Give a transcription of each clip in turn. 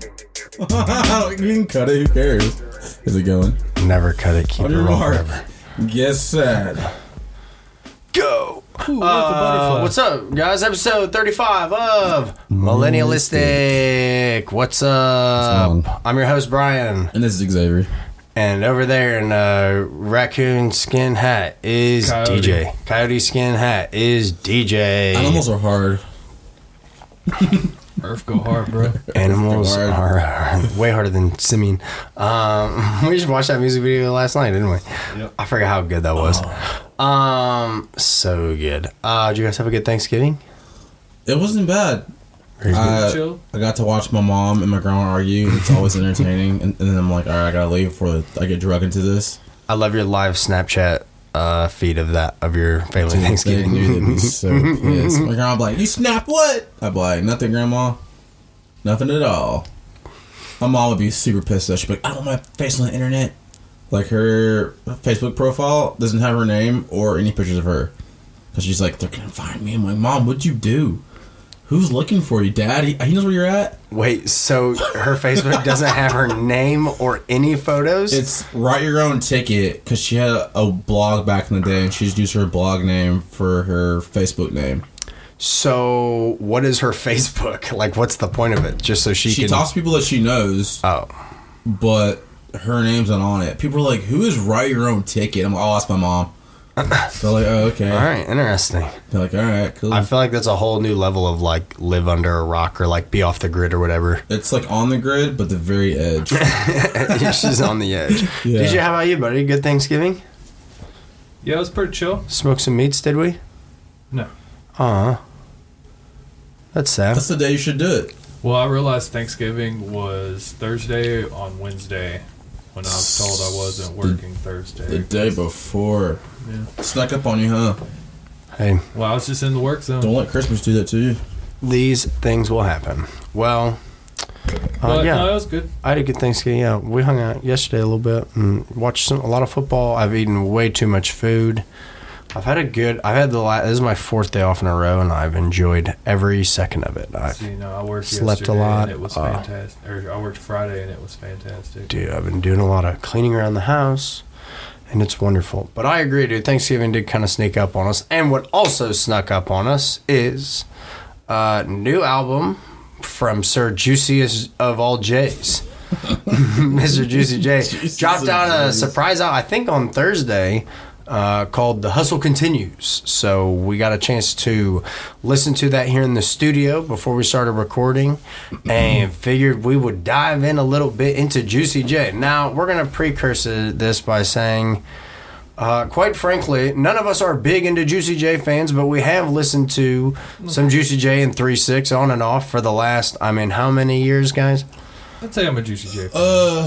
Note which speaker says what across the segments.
Speaker 1: you can cut it. Who cares? Is it going?
Speaker 2: Never cut it. Keep
Speaker 1: On
Speaker 2: it
Speaker 1: your
Speaker 2: rolling
Speaker 1: mark.
Speaker 2: forever.
Speaker 1: Get set.
Speaker 2: Go.
Speaker 3: Ooh, Uncle Butterfly.
Speaker 2: What's up, guys? Episode 35 of Millennialistic. What's
Speaker 1: What's
Speaker 2: up? I'm your host, Brian.
Speaker 1: And this is Xavier.
Speaker 2: And over there in uh, raccoon skin hat is
Speaker 3: Coyote.
Speaker 2: DJ. Coyote skin hat is DJ.
Speaker 1: Animals are hard.
Speaker 3: Earth go hard, bro.
Speaker 2: Animals
Speaker 1: Hard.
Speaker 2: are, are way harder than simian. Um, we just watched that music video last night, didn't we?
Speaker 3: Yep. Oh.
Speaker 2: I forgot how good that was. Um, so good. Uh, did you guys have a good Thanksgiving?
Speaker 1: It wasn't bad. Uh,
Speaker 3: Chill.
Speaker 1: I got to watch my mom and my grandma argue. It's always entertaining. And, and then I'm like, all right, I gotta leave before I get drug into this.
Speaker 2: I love your live Snapchat uh, feed of that of your family
Speaker 1: Dude,
Speaker 2: Thanksgiving.
Speaker 1: They knew they'd be so pissed. My grandma like, you snap what? I'd be like, nothing, grandma. Nothing at all. My mom would be super pissed though. She'd be like, I don't want my face on the internet. Like her Facebook profile doesn't have her name or any pictures of her. Cause she's like, they're gonna find me. I'm like, mom, what'd you do? Who's looking for you, dad? He, he knows where you're at.
Speaker 2: Wait, so her Facebook doesn't have her name or any photos?
Speaker 1: It's write your own ticket because she had a, a blog back in the day and she's used her blog name for her Facebook name.
Speaker 2: so what is her Facebook? Like what's the point of it? Just so she,
Speaker 1: She
Speaker 2: can
Speaker 1: talks to people that she knows.
Speaker 2: Oh.
Speaker 1: but her name's not on it. People are like, "Who is write your own ticket?" I'm like, "Oh, that's my mom." They're like, "Oh, okay."
Speaker 2: All right, interesting.
Speaker 1: They're like, "All right, cool."
Speaker 2: I feel like that's a whole new level of like live under a rock or like be off the grid or whatever.
Speaker 1: it's like on the grid, but the very edge.
Speaker 2: She's on the edge.
Speaker 1: Yeah.
Speaker 2: Did you? How about you, buddy? Good Thanksgiving.
Speaker 3: Yeah, it was pretty chill.
Speaker 2: Smoke some meats, did we?
Speaker 3: No.
Speaker 2: Uh That's sad.
Speaker 1: that's the day you should do it.
Speaker 3: Well, I realized Thanksgiving was Thursday on Wednesday when I was told I wasn't working
Speaker 1: The
Speaker 3: Thursday.
Speaker 1: day before,
Speaker 3: Yeah.
Speaker 1: snuck up on you, huh?
Speaker 2: Hey,
Speaker 3: Well, I was just in the work zone.
Speaker 1: Don't let Christmas do that to you.
Speaker 2: these things will happen. Well, uh,
Speaker 3: But
Speaker 2: yeah.
Speaker 3: no, it was good.
Speaker 2: I had a good Thanksgiving. Yeah, we hung out yesterday a little bit and watched some, a lot of football. I've eaten way too much food. I've had a good. I've had the last. This is my fourth day off in a row, and I've enjoyed every second of it. I,
Speaker 3: So, you know, I worked
Speaker 2: Slept a
Speaker 3: yesterday
Speaker 2: lot.
Speaker 3: and it was
Speaker 2: Uh,
Speaker 3: fantastic. Or I worked Friday and it was fantastic.
Speaker 2: dude, I've been doing a lot of cleaning around the house, and it's wonderful. But I agree, dude. Thanksgiving did kind of sneak up on us, and what also snuck up on us is a new album from Sir Juiciest of all J's, Mr. Juicy J,
Speaker 1: Juiciest
Speaker 2: dropped
Speaker 1: of
Speaker 2: out a
Speaker 1: J's.
Speaker 2: surprise out. I think on Thursday. Uh, called The Hustle Continues. So, we got a chance to listen to that here in the studio before we started recording and figured we would dive in a little bit into Juicy J. Now, we're going to precursor this by saying, uh, quite frankly, none of us are big into Juicy J fans, but we have listened to some Juicy J and 3 6 on and off for the last, I mean, how many years, guys?
Speaker 3: I'd say I'm a Juicy J.
Speaker 2: Oh,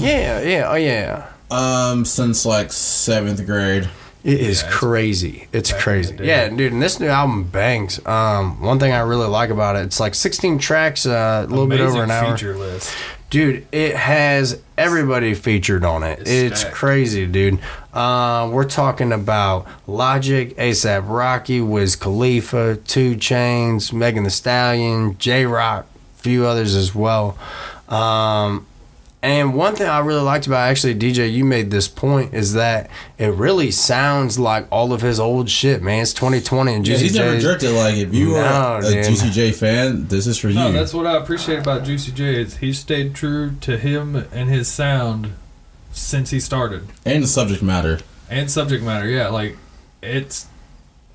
Speaker 1: Uh,
Speaker 3: fan.
Speaker 2: Yeah, yeah, oh, yeah.
Speaker 1: um, since like seventh grade.
Speaker 2: It is
Speaker 3: Yeah, it's-
Speaker 2: crazy. It's
Speaker 3: Back in
Speaker 2: crazy.
Speaker 3: the day.
Speaker 2: Yeah, dude, and this new album bangs. Um, one thing I really like about it, it's like 16 tracks, uh, a little
Speaker 3: Amazing
Speaker 2: bit over an hour.
Speaker 3: feature list.
Speaker 2: Dude, it has everybody featured on it.
Speaker 3: It's
Speaker 2: It's,
Speaker 3: stacked.
Speaker 2: crazy, dude. Uh, we're talking about Logic, ASAP Rocky, Wiz Khalifa, Two Chains, Megan the Stallion, J Rock, few others as well. Um, and one thing I really liked about actually DJ, you made this point is that it really sounds like all of his old shit, man. It's 2020 and
Speaker 1: Yeah,
Speaker 2: Juicy
Speaker 1: he's never
Speaker 2: J's-
Speaker 1: jerked it. Like if you
Speaker 2: No,
Speaker 1: are a
Speaker 2: dude.
Speaker 1: Juicy J fan, this is for you.
Speaker 3: No, that's what I appreciate about Juicy J is he stayed true to him and his sound since he started.
Speaker 1: and the subject matter.
Speaker 3: and subject matter. Yeah, like it's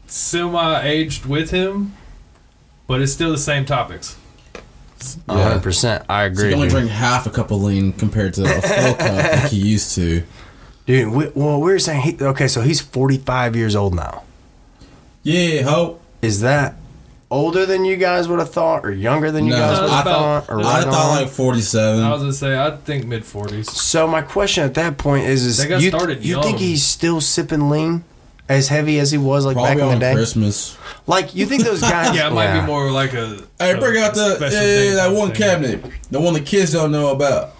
Speaker 3: semi aged with him, but it's still the same topics.
Speaker 1: Yeah.
Speaker 2: 100%. I
Speaker 1: So
Speaker 2: agree.
Speaker 1: you can only
Speaker 2: dude.
Speaker 1: drink half a cup of lean compared to a full cup like he used to.
Speaker 2: Dude, we, well, we were saying he, okay, so he's 45 years old now.
Speaker 1: Yeah, ho.
Speaker 2: Is that older than you guys would have thought, or younger than you
Speaker 1: No,
Speaker 2: guys
Speaker 3: No,
Speaker 2: would
Speaker 3: it's
Speaker 2: have
Speaker 3: about-
Speaker 2: thought, or
Speaker 3: it's
Speaker 1: I
Speaker 2: right
Speaker 1: thought
Speaker 2: on?
Speaker 1: like 47.
Speaker 3: I was gonna say I think mid forties.
Speaker 2: so my question at that point is: Is
Speaker 3: They got
Speaker 2: you,
Speaker 3: started
Speaker 2: you think
Speaker 3: young.
Speaker 2: he's still sipping lean, as heavy as he was like
Speaker 1: Probably
Speaker 2: back in the
Speaker 1: on
Speaker 2: day?
Speaker 1: Christmas.
Speaker 2: Like you think those guys?
Speaker 3: Yeah, it might be more like a.
Speaker 1: Hey, bring out the
Speaker 3: special
Speaker 1: yeah,
Speaker 3: day
Speaker 1: that
Speaker 3: type
Speaker 1: one
Speaker 3: thing.
Speaker 1: cabinet, the one the kids don't know about.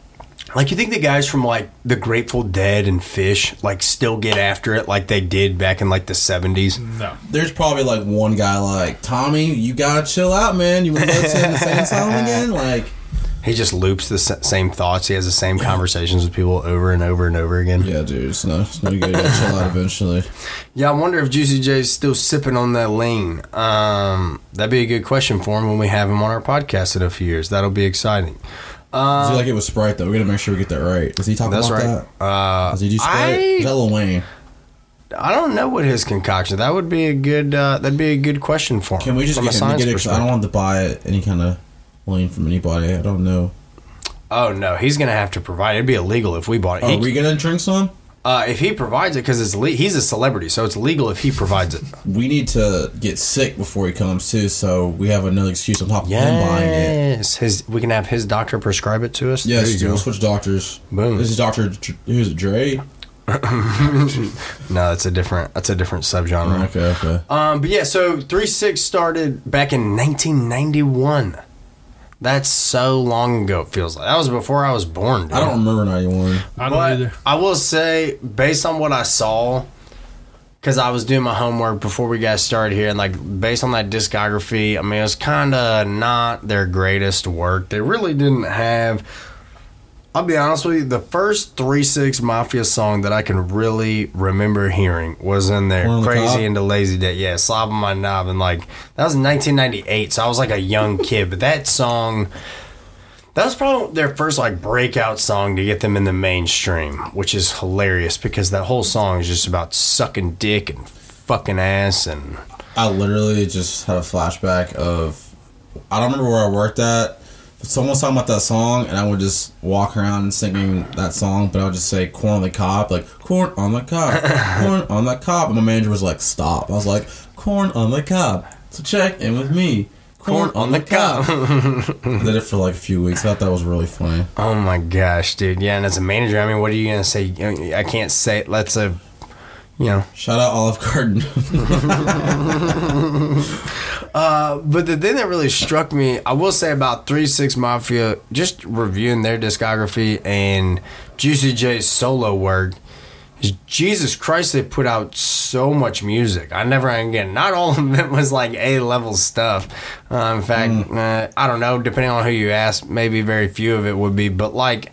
Speaker 2: Like you think the guys from like the Grateful Dead and Fish like still get after it like they did back in like the seventies?
Speaker 3: No,
Speaker 1: There's probably like one guy like Tommy. You gotta chill out, man. You want to sing the same song again? Like
Speaker 2: He just loops the s- same thoughts. He has the same conversations with people over and over and over again.
Speaker 1: Yeah, dude, it's not, it's not good. You gotta chill out eventually.
Speaker 2: Yeah, I wonder if Juicy J's still sipping on that lean. Um, that'd be a good question for him when we have him on our podcast in a few years. That'll be exciting.
Speaker 1: Is he like it was Sprite though? We gotta make sure we get that right. Is he talking
Speaker 2: Um, That's
Speaker 1: about
Speaker 2: right.
Speaker 1: that?
Speaker 2: Uh,
Speaker 1: Does he do Sprite?
Speaker 2: I-
Speaker 1: Is that Lil Wayne?
Speaker 2: I don't know what his concoction. That would be a good. Uh, that'd be a good question for him.
Speaker 1: Can we just
Speaker 2: from a
Speaker 1: get him to
Speaker 2: science
Speaker 1: get it? 'Cause I don't
Speaker 2: perspective.
Speaker 1: want to buy any kind of lean from anybody. I don't know.
Speaker 2: Oh no, he's gonna have to provide. It'd be illegal if we bought it.
Speaker 1: Are
Speaker 2: He-
Speaker 1: Oh, we gonna drink some?
Speaker 2: uh, if he provides it, because it's le- he's a celebrity, so it's legal if he provides it.
Speaker 1: We need to get sick before he comes too, so we have another excuse on top of him buying it.
Speaker 2: Yes, his we can have his doctor prescribe it to us.
Speaker 1: Yes,
Speaker 2: there
Speaker 1: dude,
Speaker 2: you
Speaker 1: we'll
Speaker 2: go.
Speaker 1: switch doctors.
Speaker 2: Boom. Uh-huh.
Speaker 1: This is Doctor. Who's it, Dre?
Speaker 2: No, that's a different. That's a different subgenre.
Speaker 1: Okay, okay.
Speaker 2: Um, but yeah, so three six started back in 1991. That's so long ago. It feels like that was before I was born. Dude.
Speaker 1: I don't remember ninety one.
Speaker 3: I don't
Speaker 2: But
Speaker 3: either.
Speaker 2: I will say, based on what I saw, because I was doing my homework before we got started here, and like based on that discography, I mean, it was kind of not their greatest work. They really didn't have. I'll be honest with you, the first Three Six Mafia song that I can really remember hearing was in there,
Speaker 1: One on the top?
Speaker 2: "Crazy into Lazy Day." Yeah, slobbing my knob, and like that was 1998, so I was like a young kid. But that song. That was probably their first like breakout song to get them in the mainstream, which is hilarious because that whole song is just about sucking dick and fucking ass and
Speaker 1: I literally just had a flashback of I don't remember where I worked at. But someone was talking about that song, and I would just walk around singing that song, but I would just say "corn on the cob," like "corn on the cob, corn on the cob." And my manager was like, "Stop!" I was like, "Corn on the cob." So check in with me. Corn, on the cob. I did it for like a few weeks. I thought that was really funny.
Speaker 2: oh my gosh, dude. Yeah, and as a manager, I mean, what are you gonna say? I can't say. That's a, you know.
Speaker 1: Shout out Olive Garden.
Speaker 2: But the thing that really struck me, I will say about Three Six Mafia, just reviewing their discography and Juicy J's solo work. is Jesus Christ, they put out so much music. I never again. Not all of it was like A level stuff. Uh, in fact, uh, I don't know. Depending on who you ask, maybe very few of it would be. But like,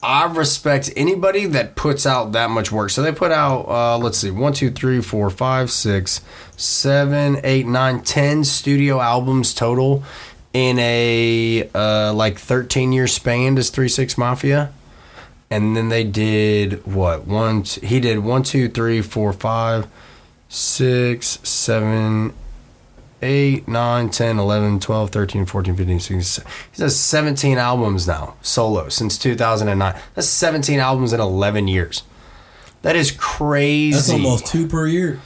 Speaker 2: I respect anybody that puts out that much work. So they put out, uh, let's see, one, two, three, four, five, six, seven, eight, nine, ten studio albums total in a uh, like 13 year span as 3 6 Mafia. And then they did what? One, t- he did one, two, three, four, five, six, seven, eight, nine, 10, 11, 12, 13, 14, 15, 16. 17. He has 17 albums now, solo, since 2009. That's 17 albums in 11 years. That is crazy.
Speaker 1: That's almost two per year.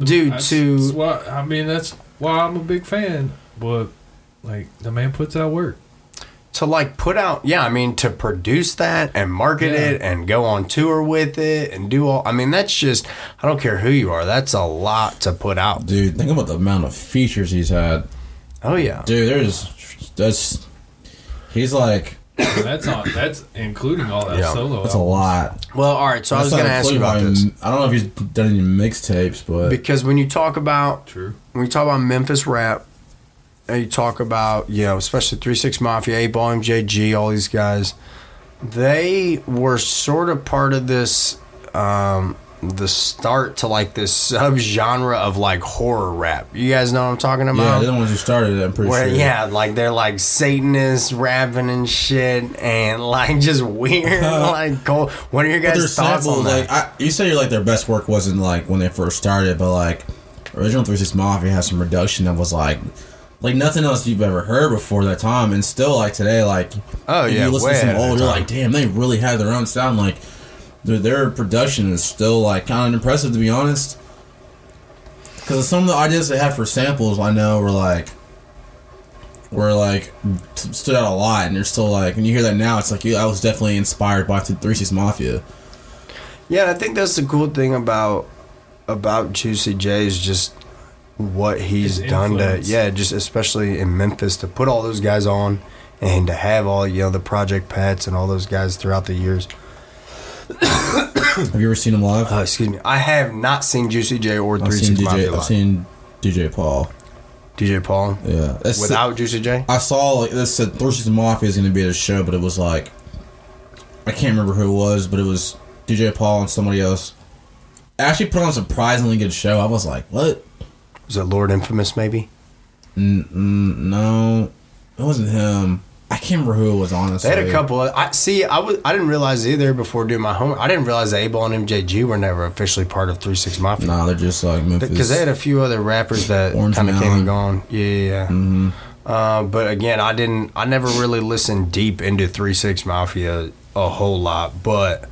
Speaker 2: Due
Speaker 3: That's, that's
Speaker 2: to.
Speaker 3: why, I mean, that's why I'm a big fan. But like, the man puts out work.
Speaker 2: to like put out yeah i mean to produce that and market
Speaker 3: Yeah.
Speaker 2: it and go on tour with it and do all i mean that's just i don't care who you are that's a lot to put out
Speaker 1: Dude, think about the amount of features he's had.
Speaker 2: oh yeah
Speaker 1: Dude, there's that's he's like
Speaker 3: And that's on. That's including all that
Speaker 2: Yeah,
Speaker 3: solo.
Speaker 1: that's a
Speaker 3: albums.
Speaker 1: lot.
Speaker 2: well all right so i was
Speaker 1: That's not
Speaker 2: going to ask you
Speaker 1: including
Speaker 2: about
Speaker 1: my-
Speaker 2: this
Speaker 1: I don't know if he's done any mixtapes, but
Speaker 2: because when you talk about
Speaker 3: True.
Speaker 2: when you talk about Memphis rap, and you talk about you know, especially Three Six Mafia, Eight Ball, MJG, all these guys, they were sort of part of this, um, the start to like this subgenre of like horror rap. You guys know what I'm talking
Speaker 1: yeah,
Speaker 2: about?
Speaker 1: they're the ones who started it. I'm pretty
Speaker 2: um, Where,
Speaker 1: sure.
Speaker 2: yeah, like they're like Satanists rapping and shit, and like just weird, like cold. What are your
Speaker 1: but their
Speaker 2: guys' thoughts
Speaker 1: samples,
Speaker 2: on that?
Speaker 1: like I, you say, like their best work wasn't like when they first started, but like original Three Six Mafia has some reduction that was like. Like nothing else you've ever heard before that time, and still like today, like
Speaker 2: Oh,
Speaker 1: if
Speaker 2: yeah,
Speaker 1: you listen
Speaker 2: way
Speaker 1: to some
Speaker 2: ahead of
Speaker 1: old,
Speaker 2: their
Speaker 1: you're
Speaker 2: time.
Speaker 1: like, damn, they really had their own sound. Like their, their production is still like kind of impressive to be honest. Because some of the ideas they had for samples, I know, were like, were like t- stood out a lot, and they're still like, when you hear that now, it's like, yeah, I was definitely inspired by the Three Six Mafia.
Speaker 2: Yeah, I think that's the cool thing about about Juicy J is just what he's
Speaker 3: His
Speaker 2: done to
Speaker 3: influence.
Speaker 2: yeah, just especially in Memphis to put all those guys on and to have all you know the Project Pats and all those guys throughout the years.
Speaker 1: Have you ever seen them live?
Speaker 2: Uh, excuse me, I have not seen Juicy J or
Speaker 1: I've
Speaker 2: Uh, Three
Speaker 1: seen
Speaker 2: Six Mafia
Speaker 1: DJ. I've
Speaker 2: live.
Speaker 1: seen DJ Paul.
Speaker 2: DJ Paul
Speaker 1: Yeah. That's
Speaker 2: without Juicy J.
Speaker 1: I saw like this said Three Seasons Mafia is going to be at a show, but it was like I can't remember who it was, but it was DJ Paul and somebody else. Actually, put on a surprisingly good show. I was like, what?
Speaker 2: Was it Lord Infamous maybe?
Speaker 1: N- n- no, it wasn't him. I can't remember who it was. Honestly,
Speaker 2: They had a couple. Of, I see. I was. I didn't realize either before doing my homework. I didn't realize that A-Ball and MJG were never officially part of Three Six Mafia.
Speaker 1: Nah, they're just like Memphis.
Speaker 2: because they had a few other rappers that
Speaker 1: Orange Mm-hmm.
Speaker 2: kind of came
Speaker 1: Melon.
Speaker 2: and gone. Yeah, yeah. yeah. Uh, but again, I didn't. I never really listened deep into Three Six Mafia a whole lot, but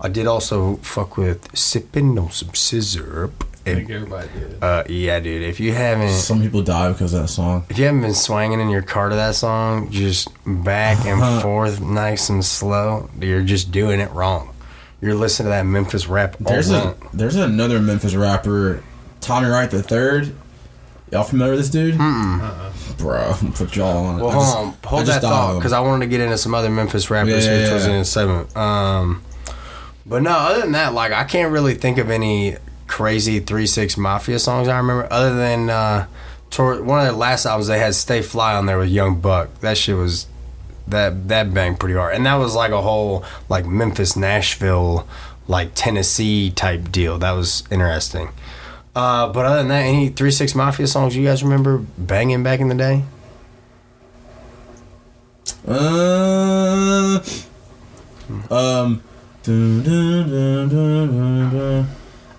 Speaker 2: I did also fuck with sipping on some scissor.
Speaker 3: I think everybody did.
Speaker 2: Uh, yeah, dude. If you haven't.
Speaker 1: Some people die because of that song.
Speaker 2: If you haven't been swinging in your car to that song, just back
Speaker 1: Uh-huh.
Speaker 2: and forth, nice and slow, you're just doing it wrong. You're listening to that Memphis rap all
Speaker 1: There's a
Speaker 2: wrong.
Speaker 1: there's another Memphis rapper, Tommy Wright the Third. Y'all familiar with this dude? Bro, put y'all on. it.
Speaker 2: Well,
Speaker 1: I
Speaker 2: hold
Speaker 1: just-
Speaker 2: on,
Speaker 1: I
Speaker 2: hold
Speaker 1: just
Speaker 2: that
Speaker 1: thought
Speaker 2: thought because I wanted to get into some other Memphis rappers,
Speaker 1: Yeah, yeah,
Speaker 2: which was
Speaker 1: yeah.
Speaker 2: in the seventh. Um, but no, other than that, like I can't really think of any crazy Three Six Mafia songs I remember, other than uh, toward, one of their last albums they had "Stay Fly" on there with Young Buck. That shit was that that banged pretty hard, and that was like a whole like Memphis, Nashville, like Tennessee type deal. That was interesting. Uh, but other than that, any Three Six Mafia songs you guys remember banging back in the day?
Speaker 1: Uh, um. dun, dun, dun, dun, dun, dun.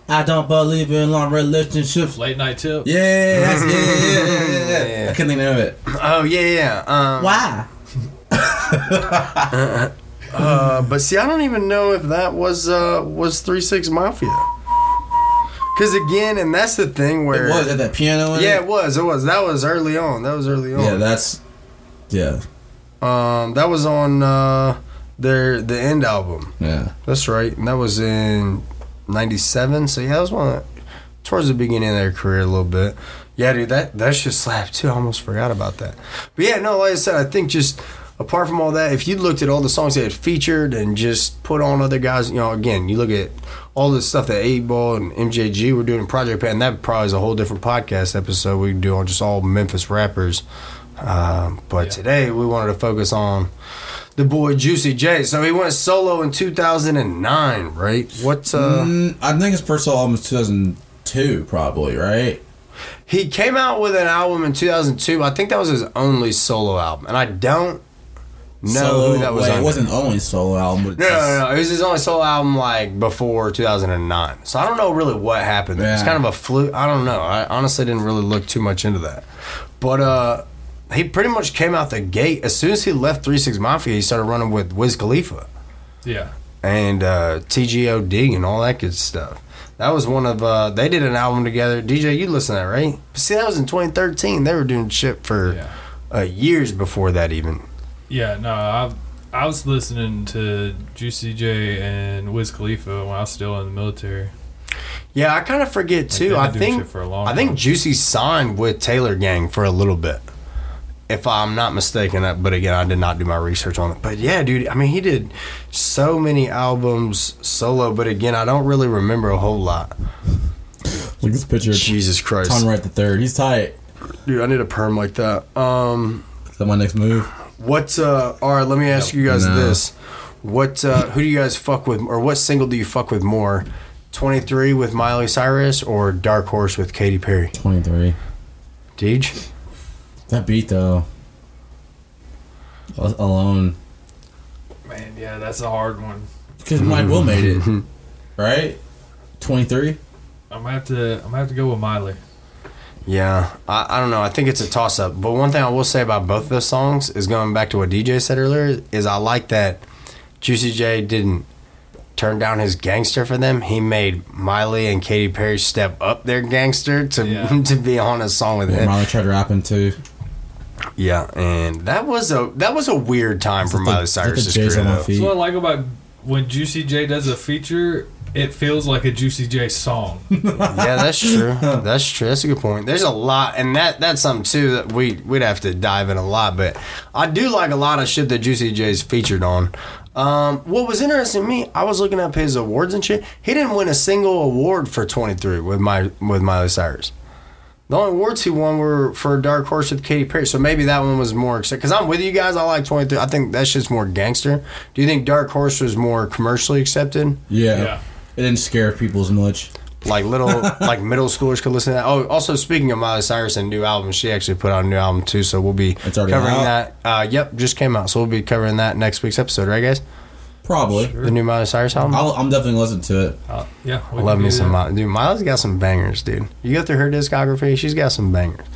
Speaker 1: I don't believe in long relationships.
Speaker 3: Late night tip.
Speaker 1: Yeah, that's, yeah, yeah, yeah, yeah, yeah, yeah. I couldn't think of it.
Speaker 2: Oh yeah, yeah. Um,
Speaker 1: Why?
Speaker 2: uh, but see, I don't even know if that was uh, was Three Six Mafia. Because again, and that's the thing
Speaker 1: It
Speaker 2: where
Speaker 1: was at that piano. in it?
Speaker 2: yeah, it was, it was. That was early on. That was early on.
Speaker 1: yeah. That's yeah,
Speaker 2: um, that was on uh, their the end album.
Speaker 1: yeah.
Speaker 2: That's right, and that was in '97. So yeah, that was one of, towards the beginning of their career a little bit. Yeah, dude, that that shit slapped too. I almost forgot about that. But yeah, no, like I said, I think just apart from all that, if you looked at all the songs they had featured and just put on other guys, you know, again, you look at all the stuff that Eight Ball and MJG were doing in Project Pat, and that probably is a whole different podcast episode we can do on just all Memphis rappers. Um, but
Speaker 3: Yeah.
Speaker 2: today we wanted to focus on the boy Juicy J. So he went solo in 2009, right? What's uh?
Speaker 1: Mm, I think his first album was 2002, probably right.
Speaker 2: He came out with an album in 2002. I think that was his only solo album, and I don't know
Speaker 1: Solo-
Speaker 2: who that was.
Speaker 1: wait,
Speaker 2: under.
Speaker 1: it wasn't only solo album. But
Speaker 2: No, no, no, no. It was his only solo album like before 2009. So I don't know really what happened. It's
Speaker 1: Yeah.
Speaker 2: kind of a fluke. I don't know. I honestly didn't really look too much into that. But uh he pretty much came out the gate as soon as he left Three Six Mafia. He started running with Wiz Khalifa
Speaker 3: Yeah.
Speaker 2: and uh, TGOD and all that good stuff. That was one of uh they did an album together. DJ, you listen to that right? See, that was in 2013. They were doing shit for
Speaker 3: Yeah.
Speaker 2: uh, years before that even.
Speaker 3: Yeah, no, I I was listening to Juicy J and Wiz Khalifa when I was still in the military.
Speaker 2: Yeah, I kind of forget
Speaker 3: they've
Speaker 2: too.
Speaker 3: been
Speaker 2: I
Speaker 3: doing
Speaker 2: think
Speaker 3: shit for a long
Speaker 2: I think
Speaker 3: time.
Speaker 2: Juicy signed with Taylor Gang for a little bit, if I'm not mistaken. uh, But again, I did not do my research on it. But yeah, dude, I mean, he did so many albums solo. But again, I don't really remember a whole lot.
Speaker 1: Look at this picture. of
Speaker 2: Jesus Christ,
Speaker 1: Tom Wright the Third. He's tight.
Speaker 2: dude, I need a perm like that. Um,
Speaker 1: Is that my next move?
Speaker 2: what's uh? All right, let me ask you guys
Speaker 1: No.
Speaker 2: this: What uh, who do you guys fuck with, or what single do you fuck with more? 23 with Miley Cyrus or Dark Horse with Katy Perry?
Speaker 1: 23.
Speaker 2: Deej?
Speaker 1: That beat though. Al- Alone.
Speaker 3: Man, yeah, that's a hard one.
Speaker 1: Because Mike Will made it. Right? 23?
Speaker 3: I'm gonna have to I'm gonna have to go with Miley.
Speaker 2: Yeah, I, I don't know. I think it's a toss up. But one thing I will say about both of those songs is going back to what DJ said earlier is I like that Juicy J didn't turn down his gangster for them. He made Miley and Katy Perry step up their gangster to
Speaker 3: Yeah.
Speaker 2: to be on a song with
Speaker 1: Yeah.
Speaker 2: him.
Speaker 1: Miley tried rapping too.
Speaker 2: Yeah, and that was a that was a weird time for Miley
Speaker 1: Is that the- is that
Speaker 2: Cyrus's
Speaker 1: the
Speaker 2: career.
Speaker 1: J's on my
Speaker 2: though.
Speaker 1: feet?
Speaker 3: That's what I like about when Juicy J does a feature. It feels like a Juicy J song.
Speaker 2: yeah, that's true. That's true. That's a good point. There's a lot, and that that's something too that we we'd have to dive in a lot. But I do like a lot of shit that Juicy J's featured on. Um, what was interesting to me, I was looking up his awards and shit. He didn't win a single award for 23 with my with Miley Cyrus. The only awards he won were for Dark Horse with Katy Perry, so maybe that one was more exciting. Because I'm with you guys, I like 23. I think that's just more gangster. Do you think Dark Horse was more commercially accepted?
Speaker 1: Yeah.
Speaker 3: Yeah.
Speaker 1: It didn't scare people as much.
Speaker 2: Like little, like middle schoolers could listen to that. Oh, also speaking of Miley Cyrus and new album, she actually put out a new album too, so we'll be
Speaker 1: It's
Speaker 2: covering
Speaker 1: already out?
Speaker 2: that. Uh, yep, just came out, so we'll be covering that next week's episode, right, guys?
Speaker 1: Probably.
Speaker 2: The new Miley Cyrus album.
Speaker 1: I'll, I'm definitely listening to it.
Speaker 3: Uh, yeah. we
Speaker 2: I love
Speaker 3: can
Speaker 2: me
Speaker 3: do
Speaker 2: some
Speaker 3: that.
Speaker 2: Miley. Dude, Miley's got some bangers, dude. You go through her discography, she's got some bangers.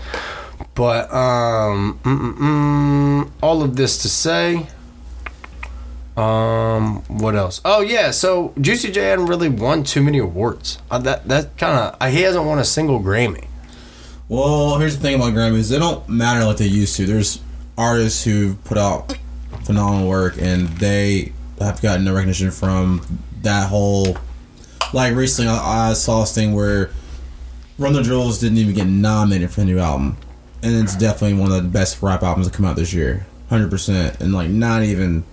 Speaker 2: But um, mm, mm, mm, all of this to say, um, what else? Oh yeah, so Juicy J hadn't really won too many awards. Uh, that that kind of uh, he hasn't won a single Grammy.
Speaker 1: Well, here's the thing about Grammys. They don't matter like they used to. There's artists who put out phenomenal work and they have gotten no recognition from that whole. Like recently, I, I saw this thing where Run the Jewels didn't even get nominated for the new album. And it's definitely one of the best rap albums to come out this year. 100%. And like not even.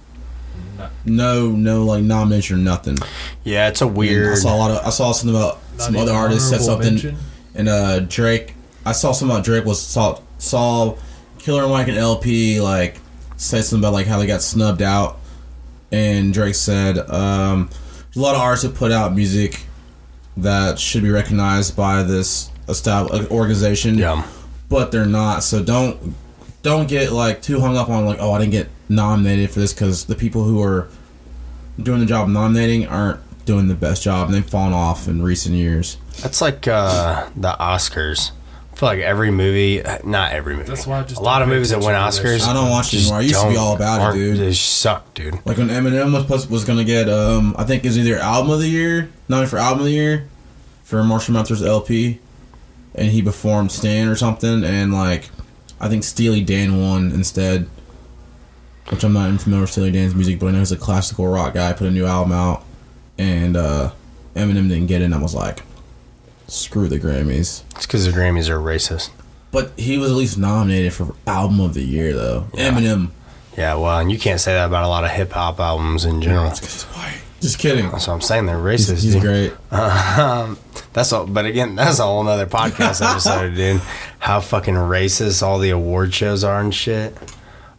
Speaker 1: No, no, like nomination or nothing.
Speaker 2: Yeah, it's a
Speaker 1: I
Speaker 2: weird.
Speaker 1: saw a lot of. I saw some about
Speaker 3: Not
Speaker 1: some
Speaker 3: even
Speaker 1: other artists said
Speaker 3: honorable
Speaker 1: something,
Speaker 3: mention?
Speaker 1: and uh, Drake. I saw something about Drake was saw saw Killer Mike and LP like said something about like how they got snubbed out, and Drake said um, there's a lot of artists that put out music that should be recognized by this established organization,
Speaker 2: Yeah.
Speaker 1: but they're not. So don't don't get like too hung up on like oh I didn't get nominated for this because the people who are doing the job nominating aren't doing the best job and they've fallen off in recent years.
Speaker 2: That's like uh, the Oscars. I feel like every movie, not every movie.
Speaker 3: That's why I just
Speaker 2: a lot of
Speaker 3: don't pay
Speaker 2: movies that win
Speaker 3: attention to
Speaker 2: Oscars.
Speaker 3: this.
Speaker 1: I don't watch it
Speaker 2: just
Speaker 1: anymore. I used to be
Speaker 2: don't-
Speaker 1: all about it,
Speaker 2: aren't-
Speaker 1: dude.
Speaker 2: They suck, dude.
Speaker 1: Like when Eminem was supposed- was gonna get um I think it was either album of the year nominated for album of the year for Marshall Mathers LP, and he performed Stan or something and like I think Steely Dan won instead. Which I'm not even familiar with Steely Dan's music, but I know he's a classical rock guy. Put a new album out, and uh, Eminem didn't get in. I was like, screw the Grammys.
Speaker 2: It's because the Grammys are racist.
Speaker 1: But he was at least nominated for album of the year, though. Eminem.
Speaker 2: Yeah, well, and you can't say that about a lot of hip hop albums in general.
Speaker 1: It's 'cause he's white. Just kidding.
Speaker 2: Uh, That's what I'm saying. They're racist.
Speaker 1: He's
Speaker 2: dude.
Speaker 1: great.
Speaker 2: Um, that's all. But again, that's a whole nother podcast episode, dude. How fucking racist all the award shows are and shit.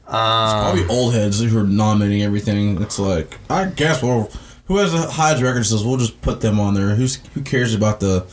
Speaker 2: Uh,
Speaker 1: Probably old heads who are nominating everything. It's like I guess well, who has the highest record says we'll just put them on there. Who's who cares about the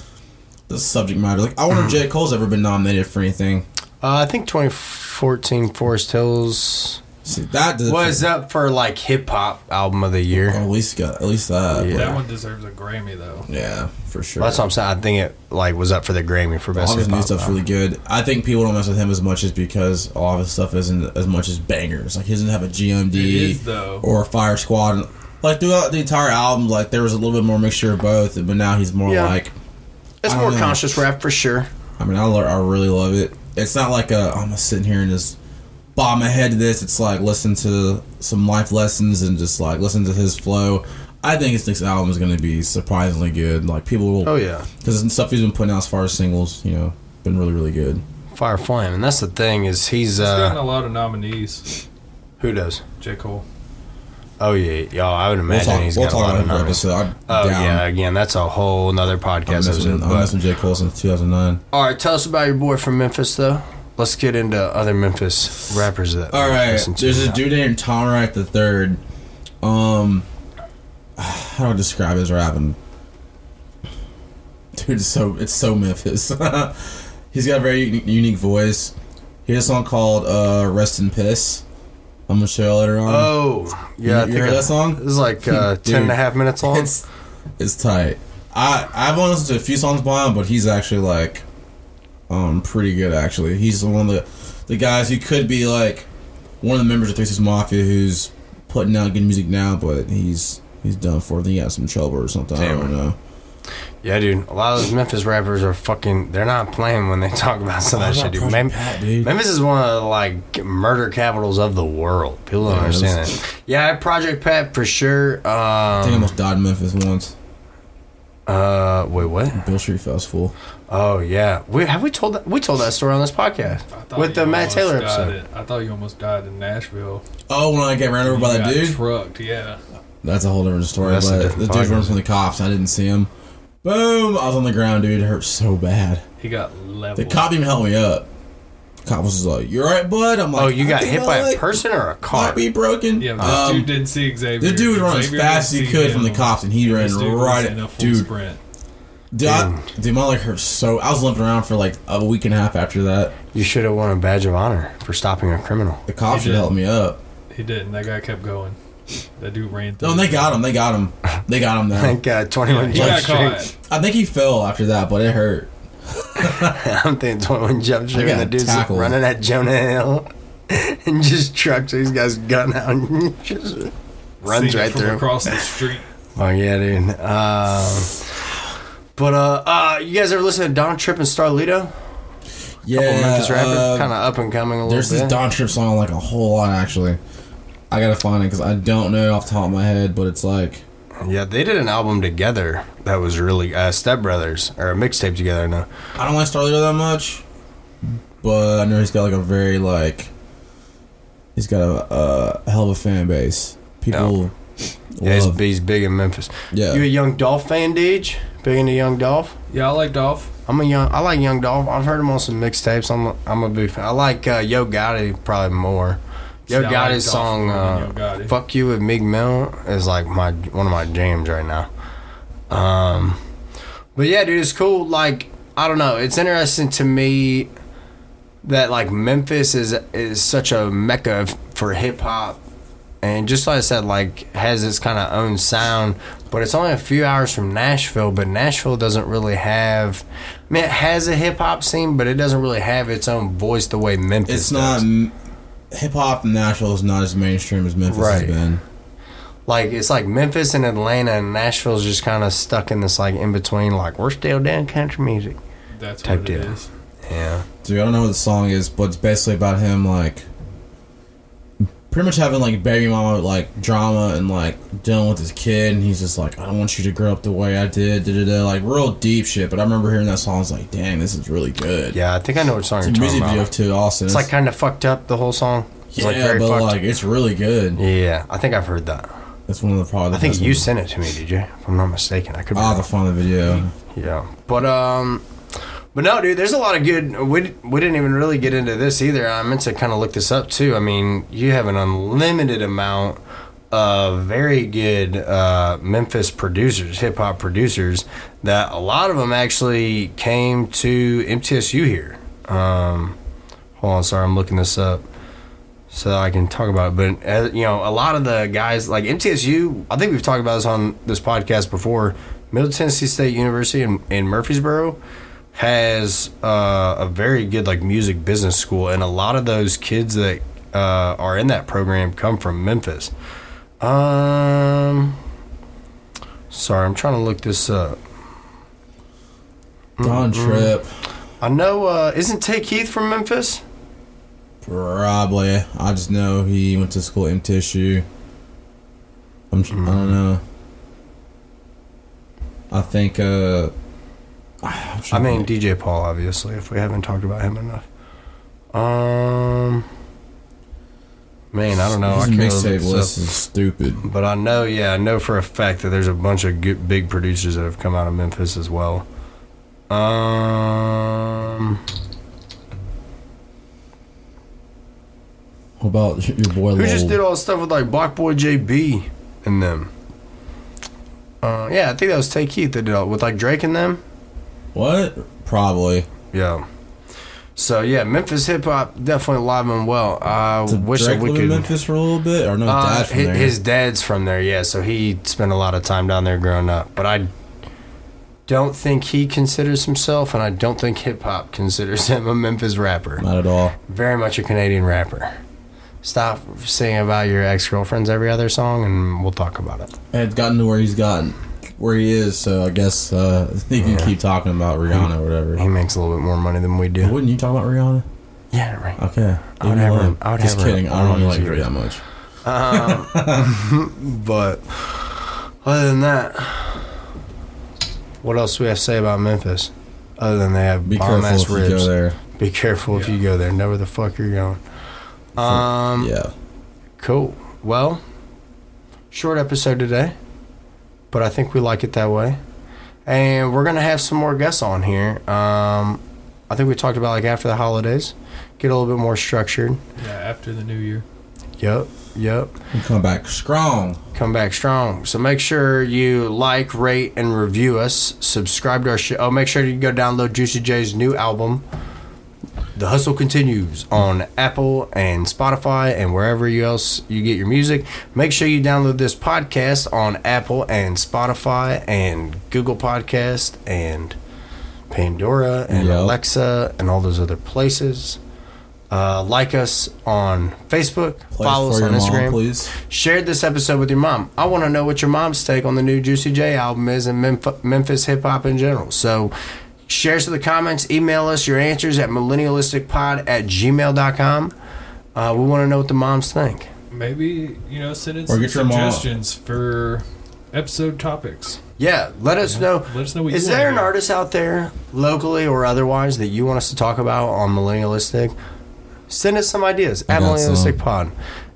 Speaker 1: the subject matter? Like I wonder if J Cole's ever been nominated for anything.
Speaker 2: Uh, I think 2014 Forest Hills
Speaker 1: See that does
Speaker 2: was up for like hip hop album of the year.
Speaker 1: at least got at least that.
Speaker 2: Yeah.
Speaker 1: Yeah,
Speaker 3: That one deserves a Grammy though.
Speaker 1: yeah for sure.
Speaker 2: That's what I'm saying. I think it like was up for the Grammy for best
Speaker 1: all his
Speaker 2: hip
Speaker 1: new
Speaker 2: hop.
Speaker 1: stuff's really good. I think people don't mess with him as much as because all of his stuff isn't as much as bangers. Like he doesn't have a GMD.
Speaker 3: It is though.
Speaker 1: or Fire Squad. And, Like throughout the entire album, like there was a little bit more mixture of both, but now he's more
Speaker 2: Yeah.
Speaker 1: like.
Speaker 2: It's
Speaker 1: I
Speaker 2: more
Speaker 1: don't know.
Speaker 2: conscious rap for sure.
Speaker 1: I mean, I, lo- I really love it. It's not like a, I'm just sitting here and just bomb ahead to this. It's like listen to some life lessons and just like listen to his flow. I think his next album is going to be surprisingly good. Like people will,
Speaker 2: Oh yeah.
Speaker 1: because the stuff he's been putting out as far as singles, you know, been really really good.
Speaker 2: Fire Flame, and that's the thing is he's
Speaker 3: He's gotten
Speaker 2: uh
Speaker 3: a lot of nominees.
Speaker 2: who does?
Speaker 3: J Cole.
Speaker 2: Oh yeah, y'all. I would
Speaker 1: We'll
Speaker 2: imagine
Speaker 1: talk,
Speaker 2: he's
Speaker 1: we'll
Speaker 2: got a
Speaker 1: talk
Speaker 2: lot
Speaker 1: about
Speaker 2: of
Speaker 1: him for
Speaker 2: numbers.
Speaker 1: episode. I'm
Speaker 2: Oh
Speaker 1: down.
Speaker 2: yeah, again, that's a whole nother
Speaker 1: I'm
Speaker 2: podcast
Speaker 1: messing,
Speaker 2: episode.
Speaker 1: I'm
Speaker 2: But,
Speaker 1: messing with J Cole since 2009.
Speaker 2: all right, tell us about your boy from Memphis though. Let's get into other Memphis rappers that. we
Speaker 1: All right.
Speaker 2: listen to
Speaker 1: There's a
Speaker 2: now.
Speaker 1: dude named Tom Wright the third. Um, how do I describe his rapping? Dude, it's so it's so Memphis. He's got a very unique, unique voice. He has a song called uh, "Rest in Piss." I'm gonna show you later on.
Speaker 2: Oh
Speaker 1: You-
Speaker 2: yeah, I
Speaker 1: you
Speaker 2: think
Speaker 1: heard
Speaker 2: I-
Speaker 1: that song?
Speaker 2: This is like uh,
Speaker 1: Dude.
Speaker 2: ten and a half minutes long.
Speaker 1: It's it's tight. I I've only listened to a few songs by him, but he's actually like, um, pretty good actually. He's one of the the guys who could be like one of the members of Three Six Mafia who's putting out good music now, but he's he's done for. I think he had some trouble or something. I don't
Speaker 2: Damn.
Speaker 1: know.
Speaker 2: yeah, dude. A lot of those Memphis rappers are fucking. They're not playing when they talk about some of that shit, dude. Mem-
Speaker 1: dude.
Speaker 2: Memphis is one of the like murder capitals of the world. People don't
Speaker 1: Yeah,
Speaker 2: understand
Speaker 1: that's-
Speaker 2: that. Yeah, Project Pat for sure.
Speaker 1: I think I
Speaker 2: Um,
Speaker 1: almost died in Memphis once.
Speaker 2: uh, wait, what?
Speaker 1: Bill Street Festival.
Speaker 2: Oh yeah, we have we told that we told that story on this podcast
Speaker 3: I thought
Speaker 2: with
Speaker 3: you
Speaker 2: the Matt
Speaker 3: almost
Speaker 2: Taylor
Speaker 3: died
Speaker 2: episode.
Speaker 3: at- I thought you almost died in Nashville.
Speaker 1: Oh, when I get ran over
Speaker 3: You
Speaker 1: by that
Speaker 3: got
Speaker 1: dude.
Speaker 3: Trucked. Yeah.
Speaker 1: That's a whole different story.
Speaker 2: That's a
Speaker 1: but
Speaker 2: different
Speaker 1: the dude
Speaker 2: podcast.
Speaker 1: runs from the cops. I didn't see him. Boom! I was on the ground, dude. It hurt so bad.
Speaker 3: He got leveled.
Speaker 1: The cop even helped me up. Cop was just like, "You all right, bud?" I'm like,
Speaker 2: Oh, you
Speaker 1: "I
Speaker 2: got
Speaker 1: think
Speaker 2: hit
Speaker 1: my
Speaker 2: by a
Speaker 1: leg
Speaker 2: person or a car?
Speaker 1: Might be broken.
Speaker 3: Yeah, but this
Speaker 1: Um,
Speaker 3: dude didn't see Xavier.
Speaker 1: the dude ran as
Speaker 3: Xavier
Speaker 1: fast as
Speaker 3: didn't
Speaker 1: he
Speaker 3: see
Speaker 1: could from the
Speaker 3: him.
Speaker 1: cops, and he ran
Speaker 3: This dude was
Speaker 1: right
Speaker 3: in a
Speaker 1: at
Speaker 3: full
Speaker 1: dude.
Speaker 3: sprint.
Speaker 1: Dude, I, dude, my leg hurt so. I was limping around for like a week and a half after that.
Speaker 2: You should have won a badge of honor for stopping a criminal.
Speaker 1: The cops
Speaker 3: He
Speaker 1: should
Speaker 3: did.
Speaker 1: help me up.
Speaker 3: He didn't. That guy kept going. That dude ran through.
Speaker 1: Oh, and they got him. They got him. They got him
Speaker 2: I
Speaker 1: now.
Speaker 2: think uh, 21
Speaker 3: He
Speaker 2: Jump
Speaker 3: got
Speaker 2: Street.
Speaker 3: caught.
Speaker 1: I think he fell after that, but it hurt.
Speaker 2: I'm thinking 21 Jump Street
Speaker 1: got
Speaker 2: and the dude's
Speaker 1: tackled.
Speaker 2: running at Jonah Hill and just trucks these guys gun out and just runs
Speaker 3: Seen it
Speaker 2: right
Speaker 3: from
Speaker 2: through.
Speaker 3: across the street.
Speaker 2: Oh yeah, dude. Uh, but uh, uh, you guys ever listen to Don Tripp and Starlito?
Speaker 1: Yeah,
Speaker 2: Memphis rapper,
Speaker 1: uh,
Speaker 2: kind of up and coming a little
Speaker 1: there's this
Speaker 2: bit.
Speaker 1: Don Trip song like a whole lot actually. I gotta find it because I don't know it off the top of my head, but it's like
Speaker 2: yeah, they did an album together that was really uh, Step Brothers or a mixtape together. No,
Speaker 1: I don't like Starlito that much, but I know he's got like a very like he's got a, uh, hell of a fan base. People
Speaker 2: yeah, he's,
Speaker 1: love.
Speaker 2: he's big in Memphis.
Speaker 1: Yeah,
Speaker 2: You a Young Dolph fan, Deej? Big into Young Dolph?
Speaker 3: Yeah, I like Dolph.
Speaker 2: I'm a young. I like Young Dolph. I've heard him on some mixtapes. I'm. A, I'm a big fan. I like uh, Yo Gotti probably more. Yo
Speaker 3: See, I like
Speaker 2: Gotti's
Speaker 3: Dolph
Speaker 2: song
Speaker 3: more
Speaker 2: uh,
Speaker 3: than Yo Gotti.
Speaker 2: "Fuck You" with Mig Mill is like my one of my jams right now. Um, but yeah, dude, it's cool. Like I don't know. It's interesting to me that like Memphis is is such a mecca f- for hip hop, and just like I said, like has its kind of own sound. But it's only a few hours from Nashville, but Nashville doesn't really have. I mean, it has a hip hop scene, but it doesn't really have its own voice the way Memphis.
Speaker 1: it's
Speaker 2: does.
Speaker 1: not hip hop. in Nashville is not as mainstream as Memphis
Speaker 2: Right.
Speaker 1: has been.
Speaker 2: like it's like Memphis and Atlanta and Nashville's just kind of stuck in this like in between. Like we're still down country music.
Speaker 3: That's
Speaker 2: Type
Speaker 3: what it
Speaker 2: deal.
Speaker 3: is.
Speaker 2: Yeah,
Speaker 1: Dude, I don't know what the song is, but it's basically about him like pretty much having like baby mama like drama and like dealing with his kid, and he's just like, I don't want you to grow up the way I did, da da da, like real deep shit. But I remember hearing that song, I was like, dang, this is really good.
Speaker 2: yeah. I think I know what song
Speaker 1: It's a
Speaker 2: you're talking
Speaker 1: music video
Speaker 2: about.
Speaker 1: too, Austin.
Speaker 2: It's like kind of fucked up the whole song. It's
Speaker 1: yeah,
Speaker 2: like very
Speaker 1: but
Speaker 2: fucked.
Speaker 1: like it's really good.
Speaker 2: yeah, I think I've heard that.
Speaker 1: That's one of the probably. The
Speaker 2: I think
Speaker 1: best
Speaker 2: you
Speaker 1: ones.
Speaker 2: sent it to me, did you? If I'm not mistaken, I could. Be
Speaker 1: I'll
Speaker 2: wrong.
Speaker 1: have to find the video.
Speaker 2: Yeah, but um, but no, dude. There's a lot of good. We we didn't even really get into this either. I meant to kind of look this up too. I mean, you have an unlimited amount of very good uh, Memphis producers, hip hop producers. That a lot of them actually came to MTSU here. Um, hold on, sorry, I'm looking this up. So I can talk about it, but uh you know, a lot of the guys like MTSU. I think we've talked about this on this podcast before. Middle Tennessee State University in, in Murfreesboro has uh, a very good like music business school, and a lot of those kids that uh, are in that program come from Memphis. Um, sorry, I'm trying to look this up.
Speaker 1: Don
Speaker 2: Mm-hmm.
Speaker 1: Trip,
Speaker 2: I know uh, isn't Tay Keith from Memphis?
Speaker 1: probably. I just know he went to school at MTSU. I'm, I
Speaker 2: Mm-hmm.
Speaker 1: don't know. I think. uh I'm
Speaker 2: I
Speaker 1: trying to
Speaker 2: mean
Speaker 1: think.
Speaker 2: DJ Paul, obviously. If we haven't talked about him enough, um, man, I don't know. I
Speaker 1: his
Speaker 2: can't really look
Speaker 1: mixtape
Speaker 2: this
Speaker 1: list
Speaker 2: up.
Speaker 1: is stupid.
Speaker 2: but I know, yeah, I know for a fact that there's a bunch of good, big producers that have come out of Memphis as well. Um,
Speaker 1: What about your boy?
Speaker 2: who just
Speaker 1: Lowell?
Speaker 2: did all the stuff with like Block Boy JB and them? Uh, yeah, I think that was Tay Keith that did all with like Drake and them.
Speaker 1: what? Probably.
Speaker 2: Yeah. So yeah, Memphis hip hop definitely live and well. I
Speaker 1: Did
Speaker 2: wish
Speaker 1: Drake
Speaker 2: that we
Speaker 1: live
Speaker 2: could.
Speaker 1: in Memphis for a little bit, or no?
Speaker 2: Uh,
Speaker 1: dad from
Speaker 2: hi-
Speaker 1: there.
Speaker 2: His dad's from there, yeah. So he spent a lot of time down there growing up. But I don't think he considers himself, and I don't think hip hop considers him a Memphis rapper.
Speaker 1: Not at all.
Speaker 2: Very much a Canadian rapper. Stop singing about your ex girlfriends every other song, and we'll talk about it.
Speaker 1: It's gotten to where he's gotten, where he is. So I guess uh, he can keep talking about Rihanna or
Speaker 2: He
Speaker 1: whatever.
Speaker 2: makes a little bit more money than we do.
Speaker 1: Wouldn't you talk about Rihanna?
Speaker 2: Yeah, right.
Speaker 1: Okay.
Speaker 2: I would
Speaker 1: Leave me
Speaker 2: have her-
Speaker 1: alone.
Speaker 2: I would
Speaker 1: Just
Speaker 2: have her
Speaker 1: kidding. I don't
Speaker 2: on
Speaker 1: like
Speaker 2: as a
Speaker 1: her that much.
Speaker 2: Um, But other than that, what else do we have to say about Memphis? Other than they have
Speaker 1: Be
Speaker 2: bomb ass
Speaker 1: careful if you
Speaker 2: ribs.
Speaker 1: go there.
Speaker 2: Be careful if
Speaker 3: Yeah.
Speaker 2: you go there. Know where the fuck you're going. Um,
Speaker 1: yeah.
Speaker 2: Cool. Well, short episode today, but I think we like it that way. and we're gonna have some more guests on here. Um, I think we talked about like after the holidays, get a little bit more structured.
Speaker 3: Yeah, after the new year.
Speaker 2: Yep, yep.
Speaker 1: We come back strong.
Speaker 2: Come back strong. So make sure you like, rate, and review us. Subscribe to our show. Oh, make sure you go download Juicy J's new album. The hustle continues on Apple and Spotify and wherever you else you get your music. Make sure you download this podcast on Apple and Spotify and Google Podcast and Pandora and
Speaker 1: Yep.
Speaker 2: Alexa and all those other places. Uh, like us on Facebook.
Speaker 1: Play
Speaker 2: follow us
Speaker 1: for
Speaker 2: on
Speaker 1: your
Speaker 2: Instagram.
Speaker 1: mom, please.
Speaker 2: Share this episode with your mom. I want to know what your mom's take on the new Juicy J album is and Memf- Memphis hip hop in general. So share us in the comments. Email us your answers at millennialisticpod at gmail.com. Uh, we want to know what the moms think.
Speaker 3: Maybe you know, send in
Speaker 1: Or
Speaker 3: some
Speaker 1: get your mom.
Speaker 3: suggestions for episode topics.
Speaker 2: Yeah, let us know.
Speaker 3: Let us know what you
Speaker 2: Is
Speaker 3: wanna
Speaker 2: there an
Speaker 3: hear.
Speaker 2: artist out there, locally or otherwise, that you want us to talk about on Millennialistic? Send us some ideas at
Speaker 1: got
Speaker 2: Millennialistic
Speaker 1: some.
Speaker 2: Pod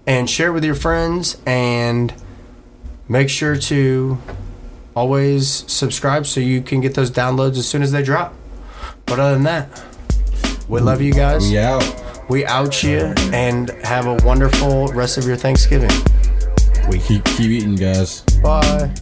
Speaker 2: and share with your friends and make sure to always subscribe so you can get those downloads as soon as they drop. But other than that, we love you guys.
Speaker 1: We out.
Speaker 2: We out you and have a wonderful rest of your Thanksgiving.
Speaker 1: Keep, keep eating, guys.
Speaker 2: Bye.